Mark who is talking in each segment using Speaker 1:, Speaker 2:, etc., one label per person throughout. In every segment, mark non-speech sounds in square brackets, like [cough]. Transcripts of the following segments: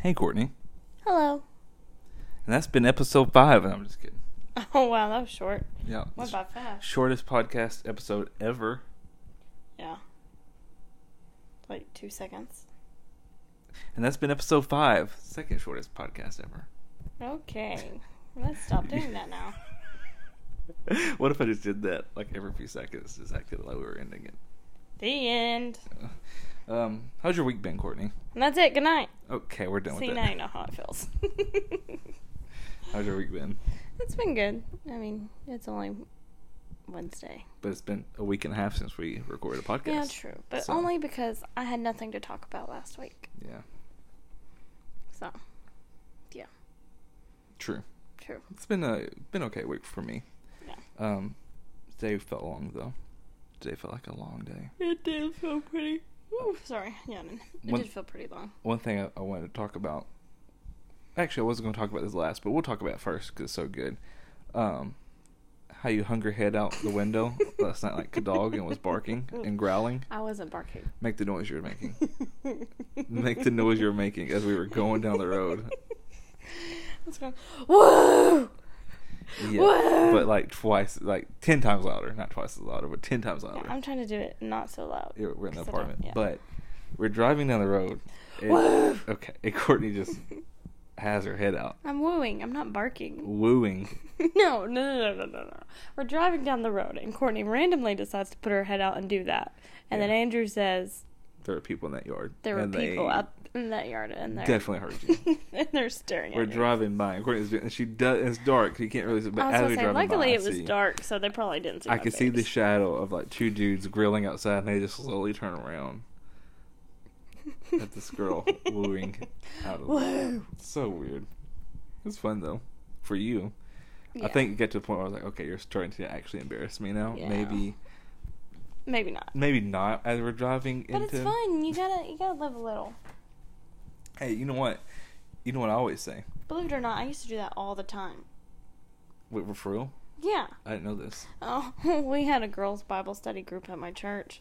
Speaker 1: Hey, Courtney.
Speaker 2: Hello.
Speaker 1: And that's been episode five. And I'm just kidding.
Speaker 2: [laughs] Oh wow, that was short.
Speaker 1: Yeah.
Speaker 2: What
Speaker 1: this
Speaker 2: about fast?
Speaker 1: Shortest podcast episode ever.
Speaker 2: Yeah. Like two seconds.
Speaker 1: And that's been episode five. Second shortest podcast ever.
Speaker 2: Okay. Let's stop doing that now.
Speaker 1: [laughs] what if I just did that like every few seconds, just acted like we were ending it?
Speaker 2: The end.
Speaker 1: Um, how's your week been, Courtney?
Speaker 2: And that's it. Good night.
Speaker 1: Okay, we're done
Speaker 2: See,
Speaker 1: with that.
Speaker 2: now you know how it feels.
Speaker 1: [laughs] How's your week been?
Speaker 2: It's been good. I mean, it's only Wednesday.
Speaker 1: But it's been a week and a half since we recorded a podcast.
Speaker 2: Yeah, true. But
Speaker 1: So,
Speaker 2: only because I had nothing to talk about last week.
Speaker 1: Yeah,
Speaker 2: So, yeah,
Speaker 1: true.
Speaker 2: true.
Speaker 1: It's been a been okay week for me.
Speaker 2: Yeah.
Speaker 1: Um, today felt long though. Today felt like a long day.
Speaker 2: It did feel pretty. Ooh, sorry, yawning. It
Speaker 1: One-
Speaker 2: did feel pretty long.
Speaker 1: One thing I, I wanted to talk about. Actually, I wasn't going to talk about this last, but we'll talk about it first because it's so good. Um, how you hung your head out the
Speaker 2: [laughs]
Speaker 1: window last night like a dog and was barking and growling.
Speaker 2: I wasn't barking.
Speaker 1: Make the noise you were
Speaker 2: [laughs]
Speaker 1: making. Make the noise you were making as we were going down the road.
Speaker 2: Let's go. Woo!
Speaker 1: Yeah,
Speaker 2: Whoa!
Speaker 1: but like twice, like ten times louder. Not twice as louder, but ten times louder.
Speaker 2: Yeah, I'm trying to do it not so loud.
Speaker 1: Yeah, we're in the
Speaker 2: 'cause I don't-
Speaker 1: apartment,
Speaker 2: yeah.
Speaker 1: but we're driving down the road. and-
Speaker 2: Woo!
Speaker 1: okay, and Courtney just has her head out,
Speaker 2: [laughs] I'm wooing. I'm not barking.
Speaker 1: wooing.
Speaker 2: [laughs] No, no, no, no, no, no, no. We're driving down the road, and Courtney randomly decides to put her head out and do that. And then
Speaker 1: Yeah.
Speaker 2: Andrew says
Speaker 1: There are people in that yard.
Speaker 2: there were
Speaker 1: and they
Speaker 2: people out in that yard, and they're
Speaker 1: Definitely heard you.
Speaker 2: [laughs] and they're staring
Speaker 1: We're
Speaker 2: at you.
Speaker 1: driving by, and Courtney's doing. And she does. and It's dark. so You can't really see. But
Speaker 2: I was
Speaker 1: as
Speaker 2: gonna
Speaker 1: we're
Speaker 2: say,
Speaker 1: driving
Speaker 2: luckily
Speaker 1: by,
Speaker 2: it
Speaker 1: I
Speaker 2: was
Speaker 1: see,
Speaker 2: dark, so they probably didn't see.
Speaker 1: I
Speaker 2: my
Speaker 1: could see the
Speaker 2: face. [laughs]
Speaker 1: shadow of like two dudes grilling outside, and they just slowly turn around at this girl wooing out of the
Speaker 2: Woo.
Speaker 1: So weird. It's fun though, for you. I
Speaker 2: Yeah.
Speaker 1: think you get to the point where I was like, okay, you're starting to actually embarrass me now.
Speaker 2: Yeah.
Speaker 1: Maybe,
Speaker 2: maybe not,
Speaker 1: maybe not as we're driving
Speaker 2: but
Speaker 1: into.
Speaker 2: it's fun. You gotta you gotta live a little.
Speaker 1: Hey, you know what? You know what I always say.
Speaker 2: Believe it or not, I used to do that all the time.
Speaker 1: Wait, we're for real?
Speaker 2: Yeah.
Speaker 1: I didn't know this.
Speaker 2: Oh, [laughs] we had a girls' Bible study group at my church,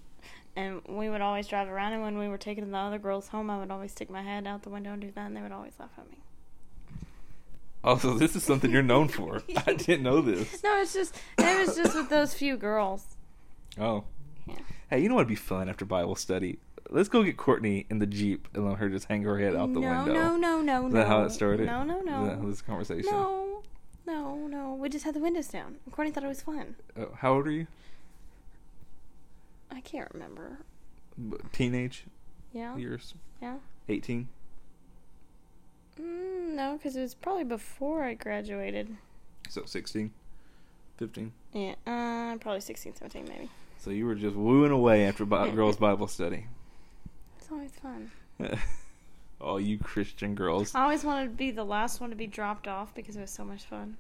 Speaker 2: and we would always drive around. And when we were taking the other girls home, I would always stick my head out the window and do that, and they would always laugh at me.
Speaker 1: Also, this is something you're known
Speaker 2: [laughs]
Speaker 1: for. [laughs] I didn't know this.
Speaker 2: No, it's just it was just with those few girls.
Speaker 1: Oh,
Speaker 2: Yeah.
Speaker 1: hey, you know what'd be fun after Bible study? Let's go get Courtney in the jeep and let her just hang her head out the
Speaker 2: no,
Speaker 1: window.
Speaker 2: no, no, no,
Speaker 1: Is
Speaker 2: no.
Speaker 1: that how it started?
Speaker 2: No, no, no.
Speaker 1: Is that how this conversation?
Speaker 2: No, no, no. We just had the windows down. Courtney thought it was fun.
Speaker 1: Oh, how old are you?
Speaker 2: I can't remember.
Speaker 1: B- Teenage
Speaker 2: Yeah.
Speaker 1: years?
Speaker 2: Yeah.
Speaker 1: Eighteen?
Speaker 2: Mm, no, because it was probably before I graduated.
Speaker 1: So 16? 15?
Speaker 2: Yeah. Uh, probably 16, 17, maybe.
Speaker 1: So you were just wooing away after
Speaker 2: [laughs]
Speaker 1: Bi- girls' Bible study. [laughs]
Speaker 2: It's always fun.
Speaker 1: All you Christian girls.
Speaker 2: I always wanted to be the last one to be dropped off because it was so much fun.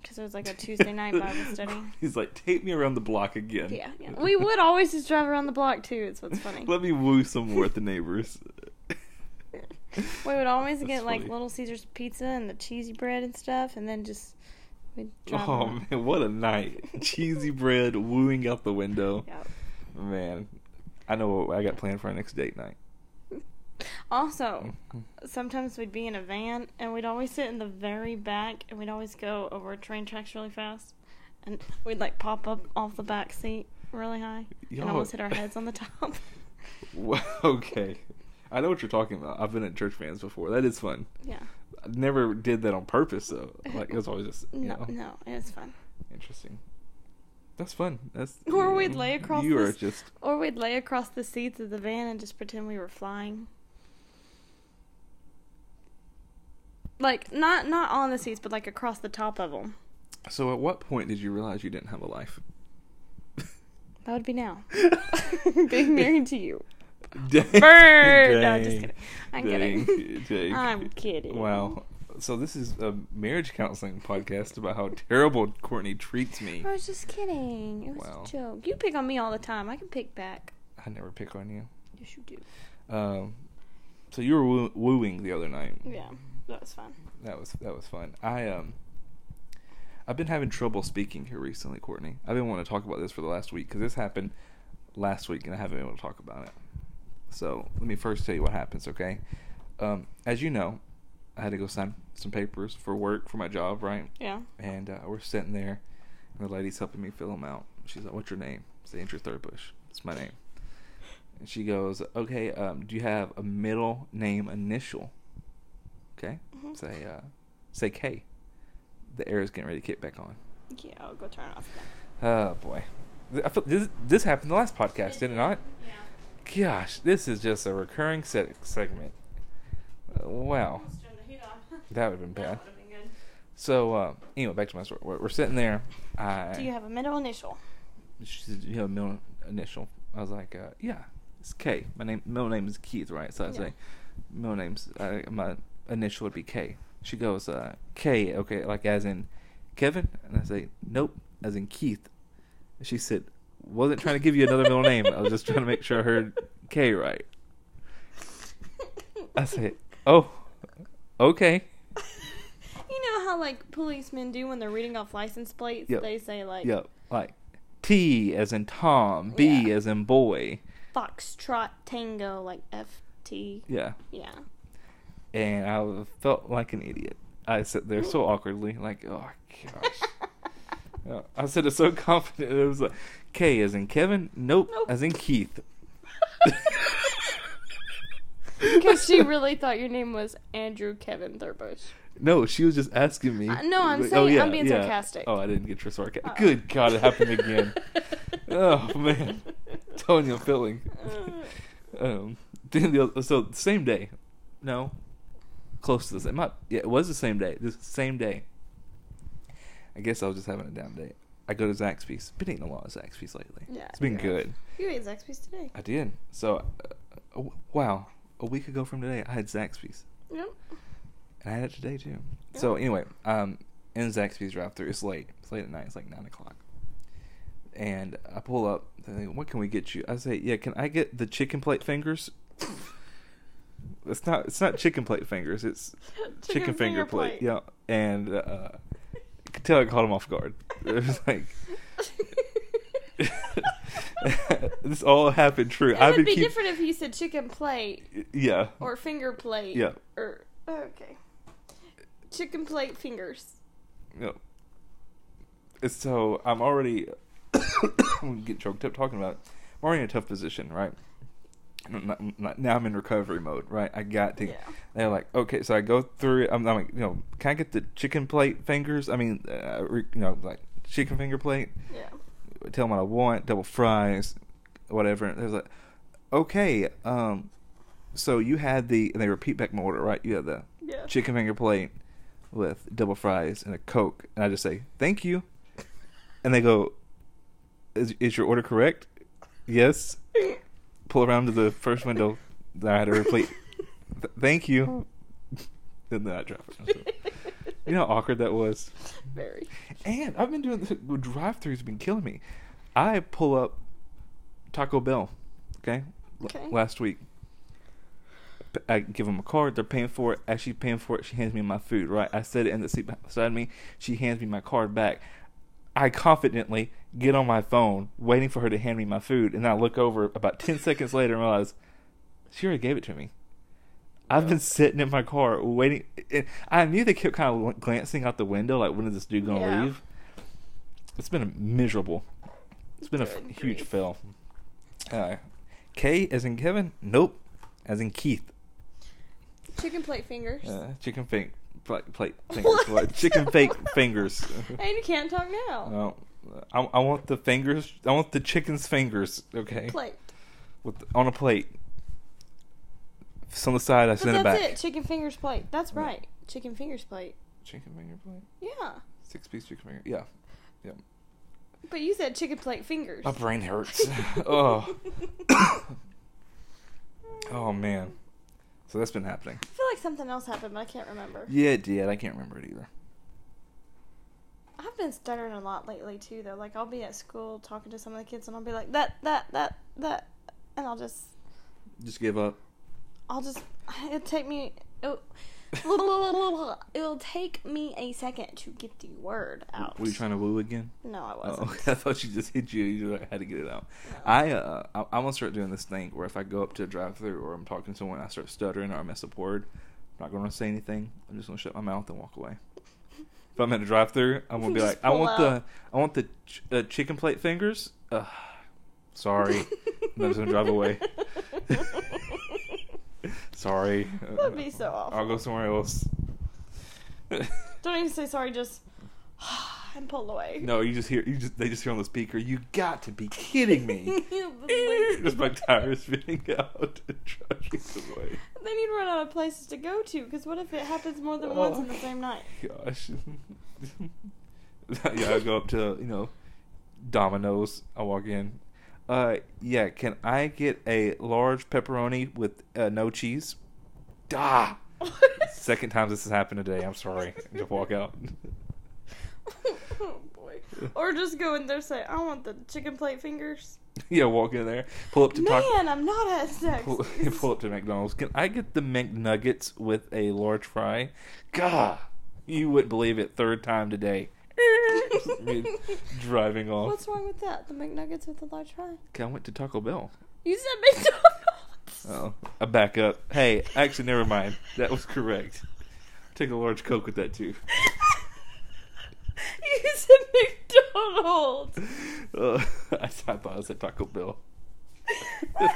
Speaker 2: Because it was like a Tuesday night
Speaker 1: [laughs]
Speaker 2: Bible study.
Speaker 1: He's like, take me around the block again.
Speaker 2: Yeah, yeah. We would always just drive around the block too. It's what's funny. [laughs]
Speaker 1: Let me woo some more at the neighbors.
Speaker 2: We would always
Speaker 1: That's
Speaker 2: get like
Speaker 1: funny.
Speaker 2: Little Caesars pizza and the cheesy bread and stuff, and then just we'd drive.
Speaker 1: Oh
Speaker 2: around.
Speaker 1: man, what a night! Cheesy bread, wooing out the window.
Speaker 2: Yeah.
Speaker 1: Man, I know what I got planned for our next date night.
Speaker 2: Also,
Speaker 1: Mm.
Speaker 2: sometimes we'd be in a van and we'd always sit in the very back and we'd always go over train tracks really fast and we'd like pop up off the back seat really high
Speaker 1: Y'all-
Speaker 2: and almost hit our heads on the top.
Speaker 1: [laughs] [laughs] Wha- okay, I know what you're talking about. I've been at church vans before. That is fun.
Speaker 2: yeah.
Speaker 1: I never did that on purpose though. Like it was always just you
Speaker 2: No,
Speaker 1: know
Speaker 2: no, it was fun.
Speaker 1: interesting. That's fun.
Speaker 2: [laughs]
Speaker 1: That's
Speaker 2: Or we'd lay across
Speaker 1: You are
Speaker 2: this-
Speaker 1: just
Speaker 2: Or we'd lay across the seats of the van and just pretend we were flying. Like not not on the seats, but like across the top of them.
Speaker 1: [laughs] So, at what point did you realize you didn't have a life?
Speaker 2: That would be now. [laughs] Being married to you.
Speaker 1: [laughs] Dang.
Speaker 2: Burn! No, I'm just kidding. I'm
Speaker 1: Dang.
Speaker 2: kidding.
Speaker 1: [laughs] Dang.
Speaker 2: [laughs] I'm kidding.
Speaker 1: Wow. So, this is a marriage counseling podcast about how terrible Courtney treats me.
Speaker 2: I was just kidding. It was
Speaker 1: Wow.
Speaker 2: a joke. You pick on me all the time. I can pick back.
Speaker 1: I never pick on you.
Speaker 2: Yes, you do.
Speaker 1: Um, so, you were woo- wooing the other night.
Speaker 2: Yeah, that was fun.
Speaker 1: That was that was fun. I um, I've been having trouble speaking here recently, Courtney. I've been wanting to talk about this for the last week because this happened last week and I haven't been able to talk about it. So let me first tell you what happens, okay? Um, as you know, I had to go sign some papers for work for my job, right?
Speaker 2: Yeah.
Speaker 1: And uh, we're sitting there, and the lady's helping me fill them out. She's like, "What's your name?" I say, "Andrew Thurbush." It's my name. And she goes, "Okay, um, do you have a middle name initial?" Okay,
Speaker 2: Mhm.
Speaker 1: say uh, say K. The air is getting ready to kick back on.
Speaker 2: Yeah, I'll go turn it off.
Speaker 1: Oh boy, Th- I feel, this this happened the last podcast, did it not?
Speaker 2: Yeah.
Speaker 1: Gosh, this is just a recurring se- segment. Uh, wow. [laughs] That would've been That bad. would've been So uh, anyway, back to my story. We're, we're sitting there. I,
Speaker 2: Do you have a
Speaker 1: [laughs]
Speaker 2: middle initial?
Speaker 1: She said, "Do "You have a middle initial." I was like, uh, "Yeah, it's K. My name, middle name is Keith, right?" So I
Speaker 2: Yeah.
Speaker 1: say, "Middle name's uh, my initial would be K." She goes, uh, "K, okay, like as in Kevin?" And I say, "Nope, as in Keith." And she said, "Wasn't trying to give you another middle name. I was just trying to make sure I heard K right." I say, "Oh, okay."
Speaker 2: [laughs] You know how like policemen do when they're reading off license plates?
Speaker 1: Yep.
Speaker 2: They say like
Speaker 1: Yep, like T as in Tom, B
Speaker 2: Yeah.
Speaker 1: as in boy.
Speaker 2: Foxtrot Tango, like F T.
Speaker 1: Yeah.
Speaker 2: Yeah.
Speaker 1: and I felt like an idiot. I sat there so awkwardly, like, oh
Speaker 2: [laughs]
Speaker 1: gosh. [laughs] Uh, I said it so [laughs] confident. It was like, K as in Kevin? Nope.
Speaker 2: Nope.
Speaker 1: As in
Speaker 2: [laughs]
Speaker 1: Keith.
Speaker 2: Because she really thought your name was Andrew Kevin Thurbush.
Speaker 1: No, she was just asking me.
Speaker 2: Uh, no, I'm
Speaker 1: Like,
Speaker 2: saying- I'm being sarcastic.
Speaker 1: Oh, I didn't get your sarcasm.
Speaker 2: Uh-oh.
Speaker 1: Good God, it happened again.
Speaker 2: [laughs]
Speaker 1: oh man, telling you, I'm feeling.
Speaker 2: Uh.
Speaker 1: um, then the oth- so same day, no, close to the same. Not, yeah, it was the same day. This same day. I guess I was just having a down day. I go to Zaxby's. Been eating a lot of Zaxby's lately.
Speaker 2: Yeah.
Speaker 1: it's been good.
Speaker 2: You ate Zaxby's today.
Speaker 1: I did. So, uh, w- wow, a week ago from today, I had Zaxby's.
Speaker 2: Nope.
Speaker 1: And I had it today too. So
Speaker 2: Yeah.
Speaker 1: anyway, um, in Zaxby's drive through, it's late. It's late at night. It's like nine o'clock. And I pull up. And they, what can we get you? I say, yeah. Can I get the chicken plate fingers? [laughs] It's not. It's not chicken plate fingers. It's [laughs] chicken, finger, plate. Yeah. And uh, I could tell I caught him off guard. [laughs] It was like this all happened true.
Speaker 2: It
Speaker 1: I've been
Speaker 2: would be
Speaker 1: keep-
Speaker 2: different if you said chicken plate
Speaker 1: Yeah.
Speaker 2: or finger plate.
Speaker 1: Yeah.
Speaker 2: Or okay. Chicken plate fingers.
Speaker 1: No. And So I'm already [coughs] I'm get choked up talking about it. I'm already in a tough position, right? I'm not- not- now I'm in recovery mode, right? I got to.
Speaker 2: Yeah.
Speaker 1: They're like, okay, so I go through. it. I'm, I'm like, you know, can I get the chicken plate fingers? I mean, uh, re- you know, like chicken finger plate.
Speaker 2: Yeah.
Speaker 1: Tell them what I want, double fries, whatever. And they was like, okay, um, so you had the. And they repeat back my order, right? You had the
Speaker 2: Yeah.
Speaker 1: chicken finger plate with double fries and a coke and i just say thank you and they go is, is your order correct yes pull around to the first window that i had to replete Th- thank you [laughs] and then i drop it you know how awkward that was
Speaker 2: Very.
Speaker 1: and i've been doing the drive throughs been killing me i pull up taco bell okay, L-
Speaker 2: Okay.
Speaker 1: last week P- I give them a card. They're paying for it. As she's paying for it, she hands me my food. Right, I set it in the seat beside me. She hands me my card back. I confidently get on my phone, waiting for her to hand me my food, and I look over about ten seconds later and realize she already gave it to me. I've been sitting in my car waiting. And I knew they kept kind of glancing out the window, like when is this dude gonna
Speaker 2: Yeah.
Speaker 1: leave? It's been a miserable. It's been a f-
Speaker 2: Good
Speaker 1: huge
Speaker 2: grief.
Speaker 1: fail. Uh, K as in Kevin? Nope. As in Keith.
Speaker 2: Chicken plate fingers.
Speaker 1: Uh, chicken fing plate, plate fingers.
Speaker 2: What?
Speaker 1: What? Chicken
Speaker 2: [laughs]
Speaker 1: fake fingers.
Speaker 2: and you can't talk now.
Speaker 1: No, I, I want the fingers. I want the chicken's fingers. Okay,
Speaker 2: Plate.
Speaker 1: with on a plate. If It's on the side. I
Speaker 2: But
Speaker 1: send
Speaker 2: that's
Speaker 1: it back.
Speaker 2: it. Chicken fingers plate. That's
Speaker 1: Yeah.
Speaker 2: right. Chicken fingers plate.
Speaker 1: Chicken finger plate.
Speaker 2: Yeah.
Speaker 1: Six piece chicken finger. Yeah, yeah.
Speaker 2: But you said chicken plate fingers.
Speaker 1: My brain
Speaker 2: [laughs]
Speaker 1: hurts. [laughs] oh, [coughs] oh man. So that's been happening.
Speaker 2: I feel like something else happened, but I can't remember.
Speaker 1: Yeah, it did. I can't remember it either.
Speaker 2: I've been stuttering a lot lately too, though. Like I'll be at school talking to some of the kids, and I'll be like that, that, that, that, and I'll just,
Speaker 1: Just give up.
Speaker 2: [laughs] I'll just. It take me It, [laughs] it'll take me a second to get the word out.
Speaker 1: Were you trying to woo again?
Speaker 2: No, I
Speaker 1: Oh, [laughs]
Speaker 2: wasn't.
Speaker 1: okay. I thought you just hit you. You had to get it out.
Speaker 2: No.
Speaker 1: I uh, I, I want to start doing this thing where if I go up to a drive-through or I'm talking to someone, I start stuttering or I mess up word. I'm not going to say anything. I'm just going to shut my mouth and walk away. If I'm at a drive-through, I'm going to be
Speaker 2: Just
Speaker 1: like, I
Speaker 2: pull
Speaker 1: want the
Speaker 2: up.
Speaker 1: I want the ch- uh, chicken plate fingers. Ugh,
Speaker 2: [laughs]
Speaker 1: sorry, I'm just going to drive away. sorry,
Speaker 2: That'd be so awful.
Speaker 1: I'll go somewhere else.
Speaker 2: [laughs] Don't even say sorry, just [sighs] and pull away.
Speaker 1: no, you just hear you just they just hear on the speaker. You got to be kidding me.
Speaker 2: [laughs]
Speaker 1: [laughs] Just my tires spinning out [laughs] and driving away.
Speaker 2: Then you'd run out of places to go to, because what if it happens more than once
Speaker 1: Oh,
Speaker 2: in the same night?
Speaker 1: Gosh. yeah, I go up to, you know, Domino's. I walk in. Uh, yeah, can I get a large pepperoni with uh, no cheese? Ah! [laughs] Second time this has happened today. I'm sorry. [laughs] I just walk out.
Speaker 2: [laughs] oh boy. Or just go in there and say, I want the chicken plate fingers.
Speaker 1: [laughs] yeah, walk in there. Pull up to
Speaker 2: Man,
Speaker 1: talk.
Speaker 2: I'm not at sex.
Speaker 1: Pull, [laughs] pull
Speaker 2: [laughs]
Speaker 1: up to McDonald's. Can I get the McNuggets with a large fry? God, you wouldn't believe it. Third time today.
Speaker 2: [laughs]
Speaker 1: Me driving off.
Speaker 2: What's wrong with that? The McNuggets with a large fry.
Speaker 1: I went to Taco Bell.
Speaker 2: You said McDonald's.
Speaker 1: [laughs] Oh, I back up. Hey, actually, never mind. That was
Speaker 2: [laughs]
Speaker 1: correct. Take a large Coke with that too. [laughs]
Speaker 2: you said
Speaker 1: [laughs]
Speaker 2: McDonald's. [laughs]
Speaker 1: Uh, I, thought I was at Taco Bell.
Speaker 2: I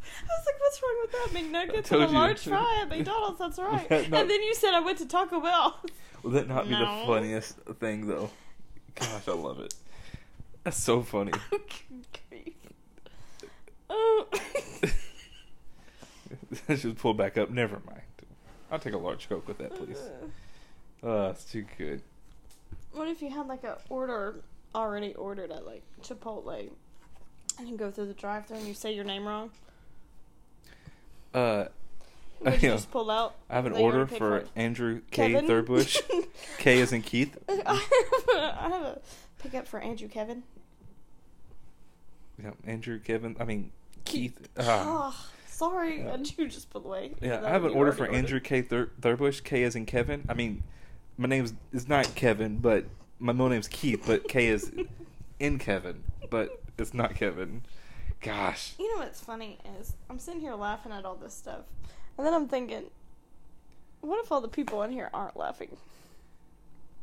Speaker 2: was like, what's wrong with that? McNuggets
Speaker 1: I
Speaker 2: and a
Speaker 1: told you.
Speaker 2: large fry at
Speaker 1: [laughs]
Speaker 2: McDonald's, that's right.
Speaker 1: That not-
Speaker 2: and then you said I went to Taco Bell.
Speaker 1: Would that not be the
Speaker 2: No.
Speaker 1: funniest thing though? Gosh, I love it. That's so
Speaker 2: [laughs]
Speaker 1: funny.
Speaker 2: oh.
Speaker 1: [laughs] Let's just pull back up. Never mind. I'll take a large Coke with [laughs] that,
Speaker 2: [laughs]
Speaker 1: please. Uh, it's too good.
Speaker 2: What if you had like a order already ordered at like Chipotle and you go through the drive thru and you say your name wrong?
Speaker 1: [laughs] Uh,
Speaker 2: Would you
Speaker 1: Yeah.
Speaker 2: just pull out?
Speaker 1: I have an
Speaker 2: that you
Speaker 1: order
Speaker 2: already paid
Speaker 1: for
Speaker 2: it?
Speaker 1: Andrew K.
Speaker 2: Kevin? [laughs]
Speaker 1: Thurbush. K is in Keith.
Speaker 2: I have a- [laughs] I have a pickup for Andrew Kevin.
Speaker 1: Yeah, Andrew Kevin. I mean Keith. Uh,
Speaker 2: Ah, sorry,
Speaker 1: yeah.
Speaker 2: I do just pull away.
Speaker 1: yeah,
Speaker 2: That
Speaker 1: I have an
Speaker 2: you
Speaker 1: order
Speaker 2: already
Speaker 1: for
Speaker 2: ordered.
Speaker 1: Andrew K. Thur- Thurbush. K is in Kevin. I mean, my name's is not Kevin, but my middle name's Keith. But K
Speaker 2: [laughs]
Speaker 1: is in Kevin, but it's not Kevin. Gosh.
Speaker 2: You know what's funny is I'm sitting here laughing at all this stuff, and then I'm thinking, what if all the people in here aren't laughing?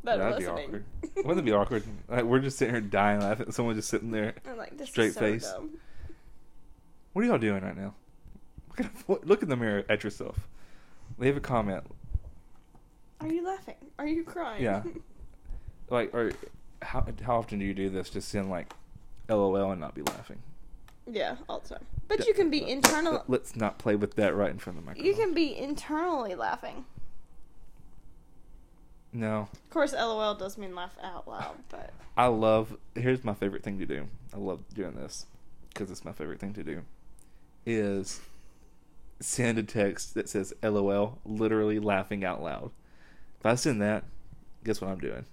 Speaker 2: That are
Speaker 1: That'd be
Speaker 2: listening. [laughs]
Speaker 1: awkward. [laughs] Wouldn't it be awkward? Like, we're just sitting here dying laughing. Someone just sitting there.
Speaker 2: I'm like, this
Speaker 1: Straight
Speaker 2: is so
Speaker 1: face.
Speaker 2: dumb.
Speaker 1: What are y'all doing right now? Look, at, [laughs] look in the mirror at yourself. Leave a comment.
Speaker 2: Are you laughing? Are you crying?
Speaker 1: Yeah. Like, or how how often do you do this? Just send like, LOL and not be laughing.
Speaker 2: [laughs] yeah, all the time. But you can be
Speaker 1: Let-
Speaker 2: internal.
Speaker 1: let- Let's not play with that right in front of the microphone.
Speaker 2: You can be internally laughing.
Speaker 1: No,
Speaker 2: Of course, LOL does mean laugh out loud, but
Speaker 1: I love. Here's my favorite thing to do. I love doing this because it's my favorite thing to do. Is send a text that says "LOL," literally laughing out loud. If I send that, guess what I'm doing?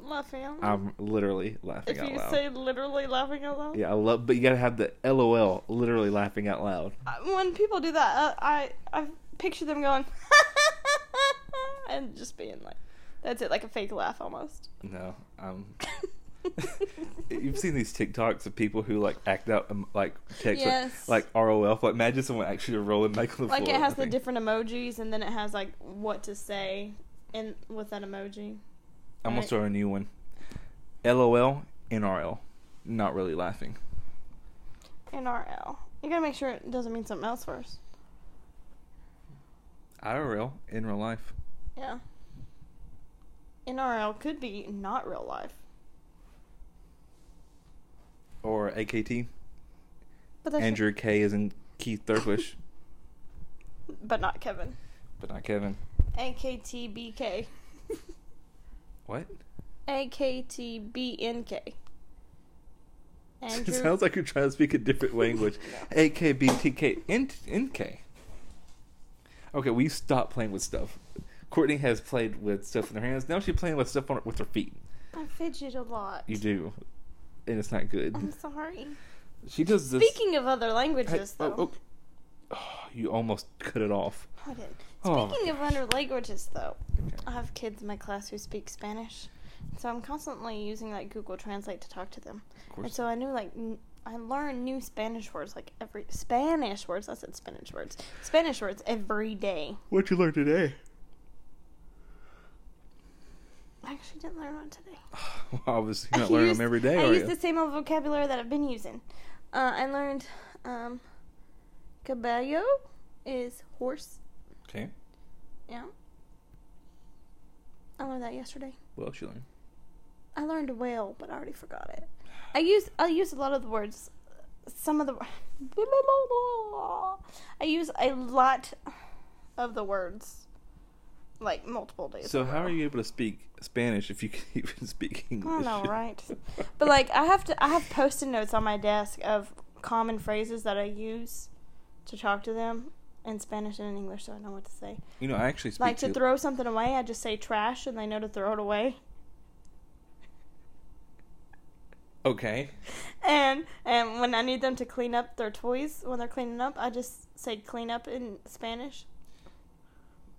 Speaker 2: laughing. Out loud.
Speaker 1: I'm literally laughing
Speaker 2: Hmm. if
Speaker 1: out
Speaker 2: you
Speaker 1: loud.
Speaker 2: say literally laughing out loud.
Speaker 1: yeah, I love. But you gotta have the "LOL" literally laughing out loud.
Speaker 2: Uh, when people do that, uh, I I picture them going [laughs] and just being like, that's it, like a fake laugh almost.
Speaker 1: No, um, [laughs]
Speaker 2: [laughs]
Speaker 1: You've seen these TikToks of people who like act out um, like text
Speaker 2: Yes.
Speaker 1: like, like ROL. Like imagine someone actually rolling like on the
Speaker 2: [laughs] like
Speaker 1: floor.
Speaker 2: it has
Speaker 1: I
Speaker 2: the
Speaker 1: think.
Speaker 2: different emojis, and then it has like what to say in with that emoji.
Speaker 1: I'm gonna
Speaker 2: right.
Speaker 1: start a new one. LOL NRL. Not really laughing.
Speaker 2: NRL. You gotta make sure it doesn't mean something else first.
Speaker 1: IRL in real life.
Speaker 2: Yeah. NRL could be not real life,
Speaker 1: Or AKT.
Speaker 2: but that's
Speaker 1: Andrew K is in Keith Thurbush,
Speaker 2: but not Kevin.
Speaker 1: [laughs] but not Kevin.
Speaker 2: [laughs] AKTBK.
Speaker 1: What? [laughs]
Speaker 2: AKTBNK.
Speaker 1: It [laughs] sounds like you're trying to speak a different
Speaker 2: [laughs]
Speaker 1: language. AKBTK N- NK. Okay, we stopped playing with stuff. Courtney has played with stuff in her hands. Now she's playing with stuff on with her feet.
Speaker 2: I fidget a lot.
Speaker 1: You do, and it's not good.
Speaker 2: I'm sorry.
Speaker 1: She does this.
Speaker 2: Speaking of other languages,
Speaker 1: Hey,
Speaker 2: though,
Speaker 1: oh, oh. oh, [sighs] you almost cut it off.
Speaker 2: I did.
Speaker 1: Oh, my
Speaker 2: Speaking of
Speaker 1: gosh.
Speaker 2: other languages, though,
Speaker 1: Okay.
Speaker 2: I have kids in my class who speak Spanish, so I'm constantly using like Google Translate to talk to them.
Speaker 1: Of
Speaker 2: And
Speaker 1: course.
Speaker 2: so I knew like n- I learned new Spanish words like every Spanish words. I said Spanish words. Spanish words every day.
Speaker 1: What'd you learn today?
Speaker 2: I actually didn't learn one today.
Speaker 1: [sighs] Well, obviously, you're
Speaker 2: I
Speaker 1: not learning
Speaker 2: used-
Speaker 1: them every day,
Speaker 2: I
Speaker 1: are
Speaker 2: used
Speaker 1: you?
Speaker 2: the same old vocabulary that I've been using. Uh, I learned um, caballo is horse.
Speaker 1: Okay.
Speaker 2: Yeah. I learned that yesterday.
Speaker 1: What else you learn?
Speaker 2: I learned whale, but I already forgot it. I use I use a lot of the words. Some of the I use a lot of the words, like multiple days.
Speaker 1: So
Speaker 2: in a
Speaker 1: how
Speaker 2: row.
Speaker 1: are you able to speak Spanish if you can [laughs] even speak English? [laughs]
Speaker 2: I know, right? But like I have to I have post-it notes on my desk of common phrases that I use to talk to them in Spanish and in English so I know what to say.
Speaker 1: you know, I actually speak
Speaker 2: Like
Speaker 1: to,
Speaker 2: to throw something away, I just say trash and they know to throw it away. [laughs]
Speaker 1: Okay.
Speaker 2: And and when I need them to clean up their toys when they're cleaning up, I just say clean up in Spanish.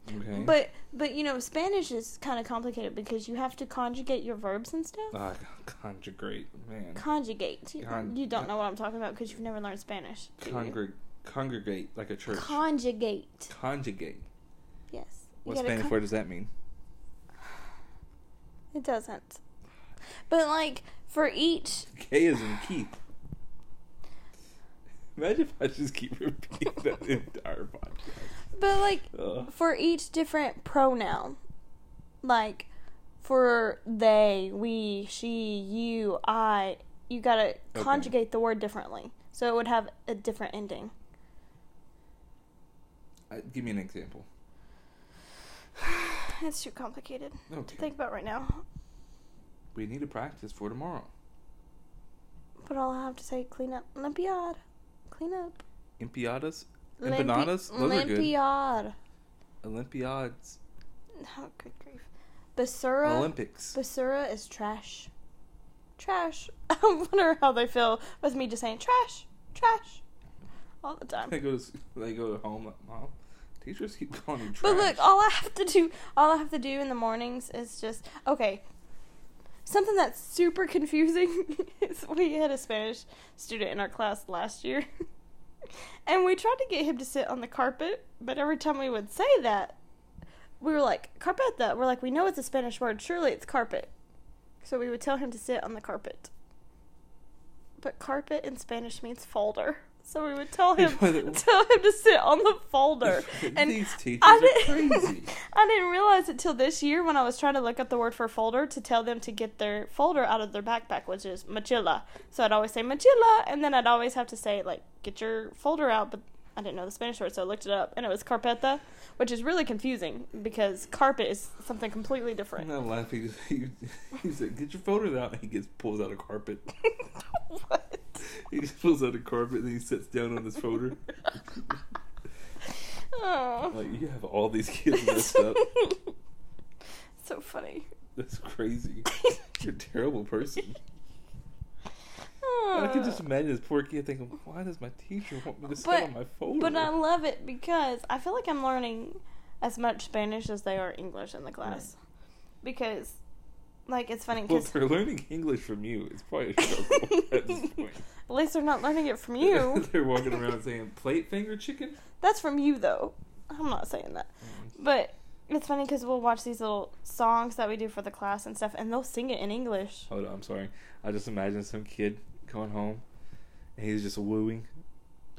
Speaker 1: Okay.
Speaker 2: But but you know, Spanish is kind of complicated because you have to conjugate your verbs and stuff.
Speaker 1: Ah, conjugate, man.
Speaker 2: conjugate. You-
Speaker 1: Con-
Speaker 2: you don't know what I'm talking about because you've never learned Spanish. do you?
Speaker 1: Congre- congregate like a church.
Speaker 2: Conjugate.
Speaker 1: Conjugate.
Speaker 2: Yes. You
Speaker 1: What
Speaker 2: gotta
Speaker 1: Spanish
Speaker 2: con-
Speaker 1: word does that mean?
Speaker 2: It doesn't. But like for each,
Speaker 1: K is in Keith. Imagine if I just keep repeating
Speaker 2: [laughs]
Speaker 1: that entire podcast.
Speaker 2: but like
Speaker 1: Ugh.
Speaker 2: for each different pronoun, like for they, we, she, you, I, you gotta
Speaker 1: Okay.
Speaker 2: conjugate the word differently, so it would have a different ending.
Speaker 1: Uh, give me an example. [sighs]
Speaker 2: It's too complicated to
Speaker 1: Okay.
Speaker 2: think about right now.
Speaker 1: we need to practice for tomorrow.
Speaker 2: But all I have to say, clean up, limpiar, clean up,
Speaker 1: Empiadas?
Speaker 2: Limpi-
Speaker 1: Empanadas? Those are good.
Speaker 2: limpiar.
Speaker 1: Olympiads.
Speaker 2: Oh, good grief. Basura.
Speaker 1: Olympics.
Speaker 2: Basura is trash. Trash. [laughs] I wonder how they feel with me just saying trash, trash, all the
Speaker 1: [laughs]
Speaker 2: time.
Speaker 1: They go to s- they go to home like mom. Teachers keep calling me trash.
Speaker 2: But look, all I have to do, all I have to do in the mornings is just okay. Something that's super confusing [laughs] is we had a Spanish student in our class last year, [laughs] and we tried to get him to sit on the carpet, but every time we would say that, we were like carpet. That we're like we know it's a Spanish word, surely it's carpet. So we would tell him to sit on the carpet. But carpet in Spanish means folder. So we would tell him [laughs] tell him to sit on the
Speaker 1: [laughs]
Speaker 2: folder. And
Speaker 1: These teachers
Speaker 2: I
Speaker 1: are
Speaker 2: didn't- [laughs]
Speaker 1: crazy.
Speaker 2: I didn't realize it till this year when I was trying to look up the word for folder to tell them to get their folder out of their backpack, which is mochila. So I'd always say mochila, and then I'd always have to say like get your folder out. But I didn't know the Spanish word, so I looked it up, and it was carpeta, which is really confusing because carpet is something completely
Speaker 1: I'm [laughs]
Speaker 2: different. [laughs]
Speaker 1: not laughing. He, he said, "Get your photos out." And he gets pulls out a carpet. [laughs]
Speaker 2: what?
Speaker 1: He just pulls out a carpet and he sits down on this
Speaker 2: [laughs]
Speaker 1: folder.
Speaker 2: Oh.
Speaker 1: [laughs] like you have all these kids messed up.
Speaker 2: [laughs] so funny.
Speaker 1: That's crazy. [laughs] You're a terrible person. I can just
Speaker 2: Oh.
Speaker 1: imagine this poor kid thinking, "Why does my teacher want me to sit
Speaker 2: But-
Speaker 1: on my folder?"
Speaker 2: But I love it because I feel like I'm learning as much Spanish as they are English in the class. Because, like, it's funny
Speaker 1: Well,
Speaker 2: because
Speaker 1: they're learning English from you. It's probably a
Speaker 2: [laughs]
Speaker 1: struggle at this point.
Speaker 2: at least they're not learning
Speaker 1: [laughs]
Speaker 2: it from you.
Speaker 1: they're walking
Speaker 2: [laughs]
Speaker 1: around saying plate finger chicken.
Speaker 2: That's from you, though. I'm not saying that. But it's funny because we'll watch these little songs that we do for the class and stuff, and they'll sing it in English.
Speaker 1: Hold on, I'm sorry. I just imagine some kid going home and he's just wooing.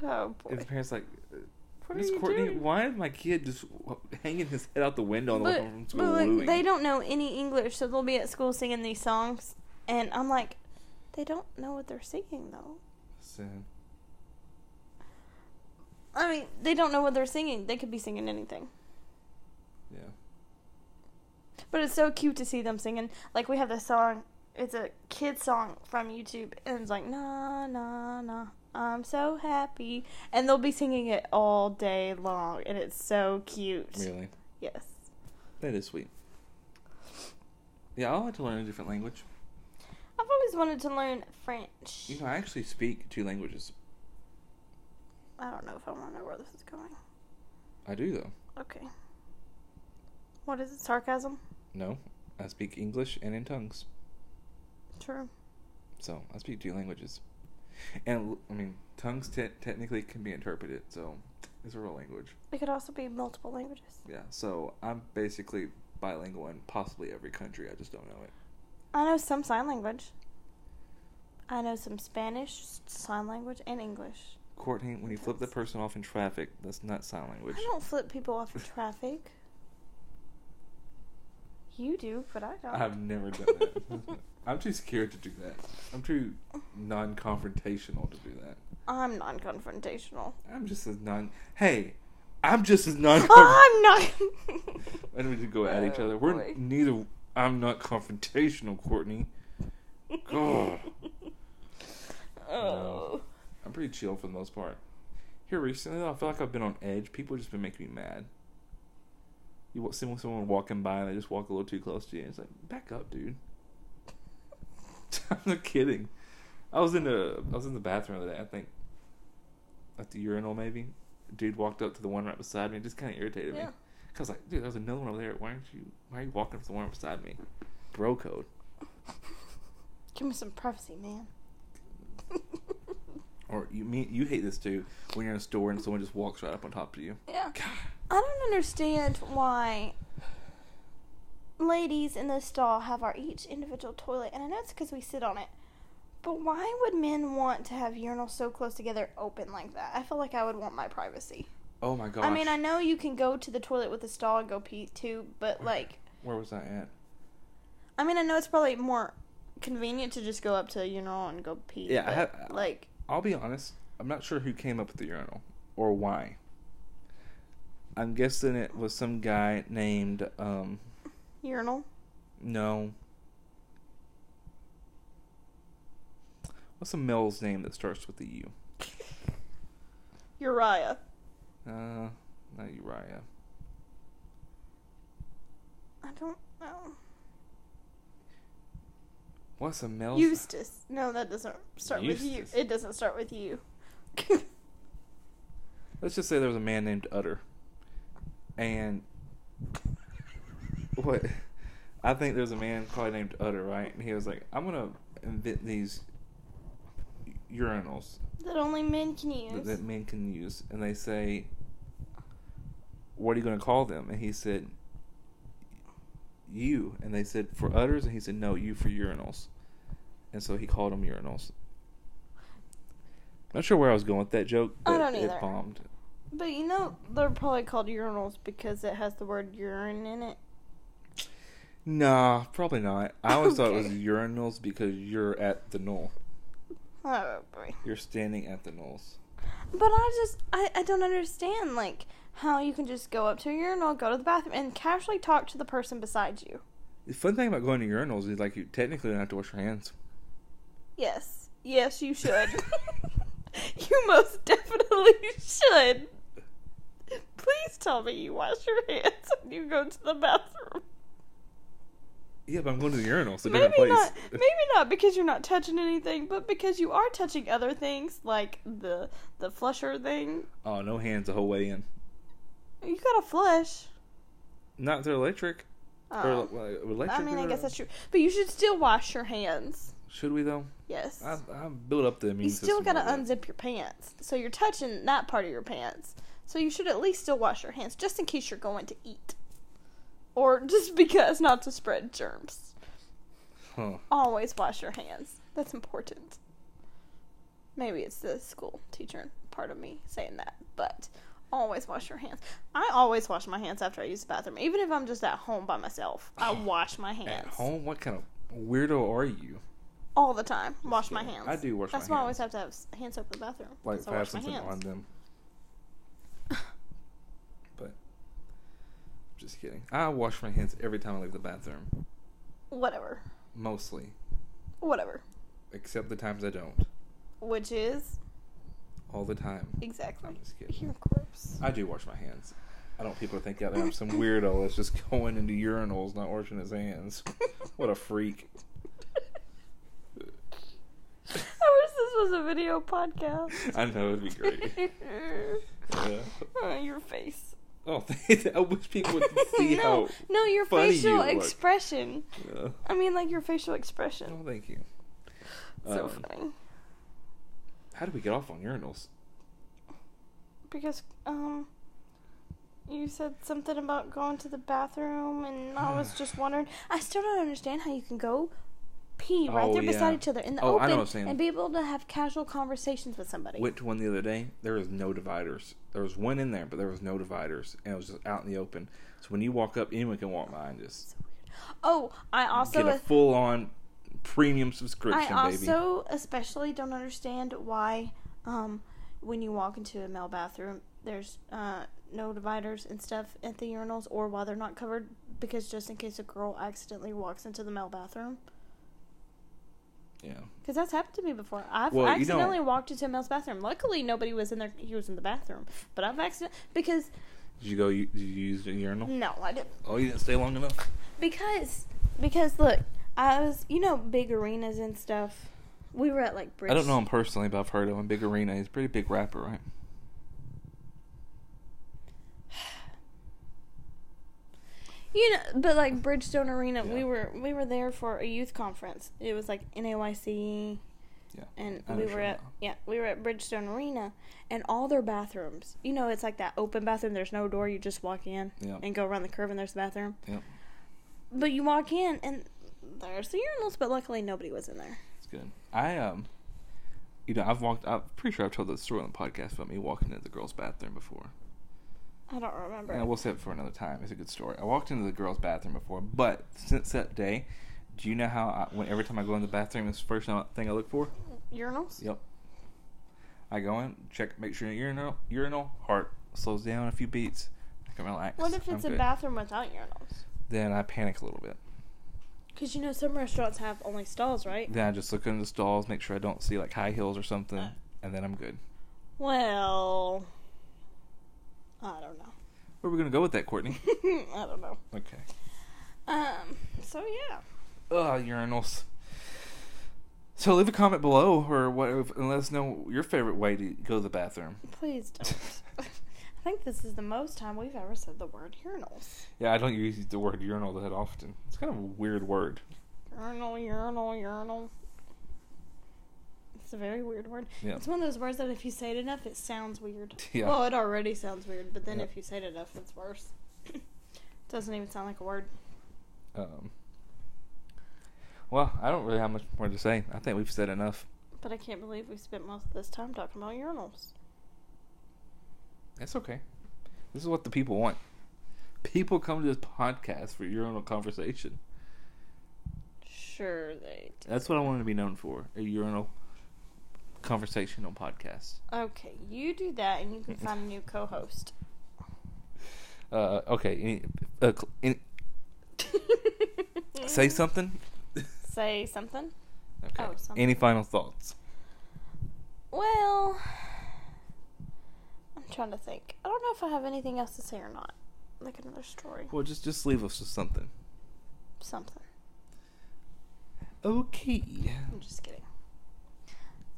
Speaker 2: Oh, boy.
Speaker 1: And his parents like,
Speaker 2: What are
Speaker 1: Miss
Speaker 2: you
Speaker 1: Courtney,
Speaker 2: doing?
Speaker 1: why is my kid just w- hanging his head out the window on the way
Speaker 2: But,
Speaker 1: home from
Speaker 2: but
Speaker 1: school
Speaker 2: like,
Speaker 1: wooing?
Speaker 2: they don't know any English, so they'll be at school singing these songs, and I'm like, they don't know what they're singing, though.
Speaker 1: Listen,
Speaker 2: I mean, they don't know what they're singing. They could be singing anything.
Speaker 1: yeah.
Speaker 2: But it's so cute to see them singing. Like we have this song. It's a kid song from YouTube, and it's like na na na. I'm so happy, and they'll be singing it all day long, and it's so cute.
Speaker 1: Really.
Speaker 2: Yes.
Speaker 1: That is sweet. Yeah, I like to learn a different language.
Speaker 2: I've always wanted to learn French.
Speaker 1: You know, I actually speak two languages.
Speaker 2: I don't know if I want to know where this is going.
Speaker 1: I do though.
Speaker 2: Okay. What is it? Sarcasm?
Speaker 1: No, I speak English and in tongues,
Speaker 2: True.
Speaker 1: so I speak two languages. And I mean, tongues te- technically can be interpreted, so it's a real language.
Speaker 2: It could also be multiple languages.
Speaker 1: Yeah, so I'm basically bilingual in possibly every country. I just don't know it.
Speaker 2: I know some sign language. I know some Spanish s- sign language and English.
Speaker 1: Courtney, when you flip the person off in traffic, that's not sign language.
Speaker 2: I don't flip people off in traffic. You do, but I don't.
Speaker 1: I've never done that. [laughs] I'm too scared to do that. I'm too non-confrontational to do that.
Speaker 2: I'm non-confrontational.
Speaker 1: I'm just as non. Hey, I'm just as non.
Speaker 2: [laughs] I'm not.
Speaker 1: [laughs] And we just go at each other. We're
Speaker 2: Oh, boy. [laughs]
Speaker 1: neither. I'm not confrontational, Courtney. God.
Speaker 2: Oh.
Speaker 1: I'm pretty chill for the most part. Here recently, though, I feel like I've been on edge. People just been making me mad. You wa- see someone walking by and they just walk a little too close to you. And it's like, back up, dude. [laughs] I'm not kidding. I was in the I was in the bathroom the other day. I think at the urinal maybe. Dude walked up to the one right beside me. It just kind of irritated me.
Speaker 2: Yeah.
Speaker 1: 'Cause I was like, dude, there's another one over there. Why aren't you? Why are you walking up to the one right beside me? Bro code.
Speaker 2: Give me some privacy, man.
Speaker 1: Or you mean you hate this too when you're in a store and someone just walks right up on top of you.
Speaker 2: Yeah. I don't understand why ladies in this stall have our each individual toilet, and I know it's because we sit on it. But why would men want to have urinals so close together open like that? I feel like I would want my privacy.
Speaker 1: Oh my gosh.
Speaker 2: I mean, I know you can go to the toilet with a stall and go pee too, but like,
Speaker 1: Where was I at?
Speaker 2: I mean, I know it's probably more convenient to just go up to a urinal and go pee.
Speaker 1: Yeah, I
Speaker 2: but,
Speaker 1: have-
Speaker 2: like,
Speaker 1: I'll be honest. I'm not sure who came up with the urinal or why. I'm guessing it was some guy named um
Speaker 2: urinal.
Speaker 1: no. What's a male's name that starts with a U?
Speaker 2: Uriah.
Speaker 1: Uh, not Uriah.
Speaker 2: I don't know.
Speaker 1: What's a male's?
Speaker 2: Eustace. No, that doesn't start with
Speaker 1: Eustace.
Speaker 2: you. It doesn't start with you.
Speaker 1: Let's just say there was a man named Utter, and [laughs] what? I think there was a man probably named Utter, right? And he was like, "I'm gonna invent these urinals
Speaker 2: that only men can
Speaker 1: that,
Speaker 2: use.
Speaker 1: that men can use. And they say, What are you going to call them? And he said, You. And they said, For udders? And he said, No, you for urinals. And so he called them urinals. Not sure where I was going with that joke, but
Speaker 2: I don't
Speaker 1: it
Speaker 2: either.
Speaker 1: bombed.
Speaker 2: But you know, they're probably called urinals because it has the word urine in it.
Speaker 1: Nah, probably not. I always thought it was
Speaker 2: Okay.
Speaker 1: urinals because you're at the knoll.
Speaker 2: Oh boy.
Speaker 1: You're standing at the knolls.
Speaker 2: But I just, I, I don't understand, like, how you can just go up to a urinal, go to the bathroom, and casually talk to the person beside you.
Speaker 1: The fun thing about going to urinals is like you technically don't have to wash your hands.
Speaker 2: Yes. Yes, you should. [laughs] you most definitely should. Please tell me you wash your hands when you go to the bathroom.
Speaker 1: Yeah, but I'm going to the urinals. a different
Speaker 2: maybe
Speaker 1: place. [laughs]
Speaker 2: not maybe not because you're not touching anything but because you are touching other things like the the flusher thing
Speaker 1: Oh, no hands the whole way in.
Speaker 2: you gotta flush
Speaker 1: Not if they're electric. or
Speaker 2: Oh.
Speaker 1: like, electric.
Speaker 2: i mean i
Speaker 1: or-
Speaker 2: guess that's true but you should still wash your hands
Speaker 1: Should we though?
Speaker 2: yes
Speaker 1: I, I built up the immune
Speaker 2: you still
Speaker 1: system a
Speaker 2: gotta
Speaker 1: little bit.
Speaker 2: unzip your pants so you're touching that part of your pants so you should at least still wash your hands just in case you're going to eat or just [laughs] because not to spread germs
Speaker 1: Huh.
Speaker 2: always wash your hands. That's important. Maybe it's the school teacher part of me saying that, but always wash your hands. I always wash my hands after I use the bathroom, even if I'm just at home by myself.
Speaker 1: [sighs]
Speaker 2: I wash my hands
Speaker 1: At home, what kind of weirdo are you?
Speaker 2: all the time. Wash my
Speaker 1: kidding.
Speaker 2: hands.
Speaker 1: I do wash
Speaker 2: That's
Speaker 1: my
Speaker 2: why I always have to have s- hand soap in the bathroom.
Speaker 1: Like
Speaker 2: because
Speaker 1: if
Speaker 2: I
Speaker 1: I have
Speaker 2: wash my
Speaker 1: something on
Speaker 2: hands.
Speaker 1: them.
Speaker 2: [laughs]
Speaker 1: but just kidding. I wash my hands every time I leave the bathroom,
Speaker 2: Whatever,
Speaker 1: mostly,
Speaker 2: whatever.
Speaker 1: except the times I don't.
Speaker 2: Which is
Speaker 1: All the time.
Speaker 2: exactly.
Speaker 1: I'm just kidding.
Speaker 2: You're
Speaker 1: [laughs]
Speaker 2: gross.
Speaker 1: I do wash my hands. I don't people think out there I'm some weirdo that's just [laughs] going into
Speaker 2: [laughs]
Speaker 1: urinals not washing his hands. What a freak.
Speaker 2: wish this was a video podcast.
Speaker 1: I know it'd be great.
Speaker 2: [laughs]
Speaker 1: Yeah.
Speaker 2: Oh, your face.
Speaker 1: Oh, [laughs] thank- I wish people
Speaker 2: [laughs]
Speaker 1: would see
Speaker 2: no,
Speaker 1: how.
Speaker 2: no, your
Speaker 1: funny you
Speaker 2: facial
Speaker 1: look.
Speaker 2: expression.
Speaker 1: Yeah.
Speaker 2: I mean, like your facial expression.
Speaker 1: Oh, thank you.
Speaker 2: so
Speaker 1: Um,
Speaker 2: funny.
Speaker 1: How do we get off on urinals?
Speaker 2: Because um, you said something about going to the bathroom, and I was
Speaker 1: [sighs]
Speaker 2: just wondering. I still don't understand how you can go pee right
Speaker 1: Oh,
Speaker 2: there beside
Speaker 1: yeah.
Speaker 2: each other in the
Speaker 1: Oh, I know what
Speaker 2: open
Speaker 1: I'm saying.
Speaker 2: and be able to have casual conversations with somebody.
Speaker 1: Went to one the other day. There was no dividers. There was one in there, but there was no dividers, and it was just out in the open. So when you walk up, anyone can walk by and just
Speaker 2: oh, I also
Speaker 1: get a full on premium subscription,
Speaker 2: I
Speaker 1: baby.
Speaker 2: also especially don't understand why um, when you walk into a male bathroom, there's uh, no dividers and stuff at the urinals, or why they're not covered. Because just in case a girl accidentally walks into the male bathroom,
Speaker 1: yeah.
Speaker 2: because that's happened to me before. I've
Speaker 1: Well, you
Speaker 2: accidentally
Speaker 1: don't-
Speaker 2: walked into a male's bathroom. Luckily, nobody was in there. He was in the bathroom, but I've accident because
Speaker 1: Did you go? u- Did you use the urinal?
Speaker 2: no, I didn't.
Speaker 1: Oh, you didn't stay long enough.
Speaker 2: Because because look, I was you know big arenas and stuff. We were at like bridge.
Speaker 1: I don't know him personally, but I've heard of him. Big Arena. He's a pretty big rapper, right?
Speaker 2: [sighs] You know, but like Bridgestone Arena, we
Speaker 1: Yeah.
Speaker 2: were we were there for a youth conference. It was like NAYC,
Speaker 1: Yeah.
Speaker 2: and
Speaker 1: I know
Speaker 2: we
Speaker 1: what you're
Speaker 2: were at
Speaker 1: talking
Speaker 2: yeah we were at Bridgestone Arena, and all their bathrooms. You know, it's like that open bathroom. There's no door. You just walk in
Speaker 1: Yeah.
Speaker 2: and go around the curve, and there's the bathroom.
Speaker 1: about. Yep.
Speaker 2: But you walk in, and there's the urinals. But luckily, nobody was in there.
Speaker 1: It's good. I um, you know, I've walked. I'm pretty sure I've told the story on the podcast about me walking into the girls' bathroom before.
Speaker 2: I don't remember.
Speaker 1: And I will save it for another time. It's a good story. I walked into the girls' bathroom before, but since that day, do you know how I, when every time I go in the bathroom, it's the first thing I look for?
Speaker 2: urinals.
Speaker 1: Yep. I go in, check, make sure urinal, urinal, heart slows down a few beats. I can relax.
Speaker 2: What if
Speaker 1: I'm
Speaker 2: it's a
Speaker 1: good.
Speaker 2: bathroom without urinals?
Speaker 1: Then I panic a little bit.
Speaker 2: Because you know some restaurants have only stalls, right? Uh.
Speaker 1: Then I just look into the stalls, make sure I don't see like high heels or something, and then I'm good.
Speaker 2: Well, I don't know. [laughs]
Speaker 1: Where are we gonna go with that, Courtney?
Speaker 2: I don't know.
Speaker 1: okay.
Speaker 2: Um. So yeah.
Speaker 1: Ugh, urinals. So leave a comment below or what, and let us know your favorite way to go to the bathroom. [laughs]
Speaker 2: Please don't. I think this is the most time we've ever said the word urinals.
Speaker 1: Yeah, I don't use the word urinal that often. It's kind of a weird word.
Speaker 2: Urinal, urinal, urinal. It's a very weird word.
Speaker 1: Yeah.
Speaker 2: It's one of those words that if you say it enough, it sounds weird.
Speaker 1: [laughs] Yeah.
Speaker 2: Well, it already sounds weird, but then
Speaker 1: Yeah.
Speaker 2: if you say it enough, it's worse. [laughs] Doesn't even sound like a word.
Speaker 1: Um, well, I don't really have much more to say. I think we've said enough.
Speaker 2: But I can't believe we spent most of this time talking about urinals.
Speaker 1: That's okay. This is what the people want. People come to this podcast for urinal conversation.
Speaker 2: Sure they do.
Speaker 1: That's what I wanted to be known for a urinal conversational podcast.
Speaker 2: Okay, you do that and you
Speaker 1: [laughs]
Speaker 2: can find a new co host.
Speaker 1: Uh, okay. Any, uh, cl- any, say something.
Speaker 2: Say something.
Speaker 1: Okay.
Speaker 2: Oh, something.
Speaker 1: Any final thoughts?
Speaker 2: Well, I'm trying to think. I don't know if I have anything else to say or not. Like another story.
Speaker 1: Well, just just leave us with something.
Speaker 2: Something.
Speaker 1: Okay.
Speaker 2: I'm just kidding.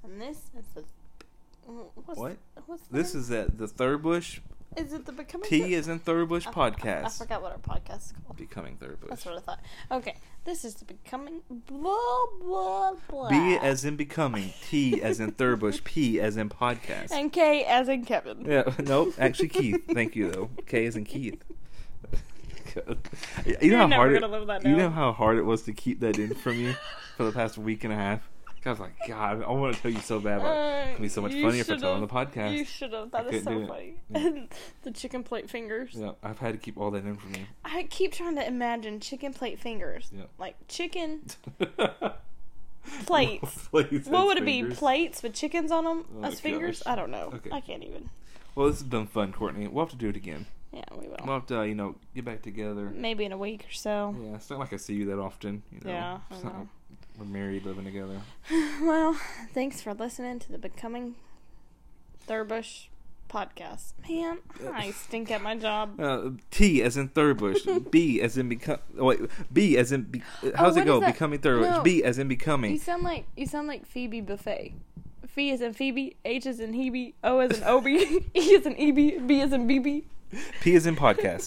Speaker 2: And this is the. What's
Speaker 1: What?
Speaker 2: What's the
Speaker 1: This
Speaker 2: name?
Speaker 1: is at the Third Bush.
Speaker 2: Is it the becoming?
Speaker 1: T is in Third Bush
Speaker 2: I- I-
Speaker 1: podcast.
Speaker 2: I, forgot what our podcast is called.
Speaker 1: Becoming Third Bush.
Speaker 2: That's what I thought. Okay, this is the becoming. Blah blah blah.
Speaker 1: B as in becoming. T as in Third Bush. P as in podcast.
Speaker 2: And K as in Kevin.
Speaker 1: Yeah, nope. Actually, Keith.
Speaker 2: [laughs]
Speaker 1: Thank you though. K is in Keith. [laughs] you
Speaker 2: You're
Speaker 1: know how
Speaker 2: never
Speaker 1: hard it,
Speaker 2: gonna live that
Speaker 1: you know
Speaker 2: down.
Speaker 1: how hard it was to keep that in from you for the past week and a half. I was like, God, I want to tell you so bad, but it
Speaker 2: Uh,
Speaker 1: could be so much
Speaker 2: you
Speaker 1: funnier for
Speaker 2: should've-
Speaker 1: telling the podcast.
Speaker 2: You should have. That
Speaker 1: I couldn't
Speaker 2: is so
Speaker 1: do
Speaker 2: funny.
Speaker 1: it. Yeah.
Speaker 2: [laughs] the chicken plate fingers.
Speaker 1: yeah, I've had to keep all that in from you.
Speaker 2: I keep trying to imagine chicken plate fingers.
Speaker 1: Yeah.
Speaker 2: Like
Speaker 1: [laughs]
Speaker 2: chicken [laughs]
Speaker 1: Plates.
Speaker 2: plates. what
Speaker 1: as
Speaker 2: would it be?
Speaker 1: fingers.
Speaker 2: Plates with chickens on them
Speaker 1: Oh my
Speaker 2: as fingers?
Speaker 1: gosh.
Speaker 2: I don't know.
Speaker 1: Okay.
Speaker 2: I can't even.
Speaker 1: Well, this has been fun, Courtney. We'll have to do it again.
Speaker 2: Yeah, we will.
Speaker 1: We'll have to, uh, you know, get back together.
Speaker 2: Maybe in a week or so.
Speaker 1: Yeah, it's not like I see you that often. You know,
Speaker 2: Yeah, I
Speaker 1: it's not
Speaker 2: know.
Speaker 1: like we're married, living
Speaker 2: [laughs]
Speaker 1: together.
Speaker 2: well, thanks for listening to the Becoming Thurbush podcast. Man, I stink at
Speaker 1: [laughs]
Speaker 2: my job.
Speaker 1: Uh, T as in third bush. B as in become. Oh, wait, B as in. Be- how's
Speaker 2: Oh, what
Speaker 1: it
Speaker 2: is
Speaker 1: go?
Speaker 2: that?
Speaker 1: Becoming third bush.
Speaker 2: No.
Speaker 1: B as in
Speaker 2: You
Speaker 1: becoming.
Speaker 2: sound like you sound like Phoebe Buffet. Phi is in Phoebe, [laughs] H is in Hebe, O is in Obi, E is in Eb, B is in BB.
Speaker 1: P as in podcast.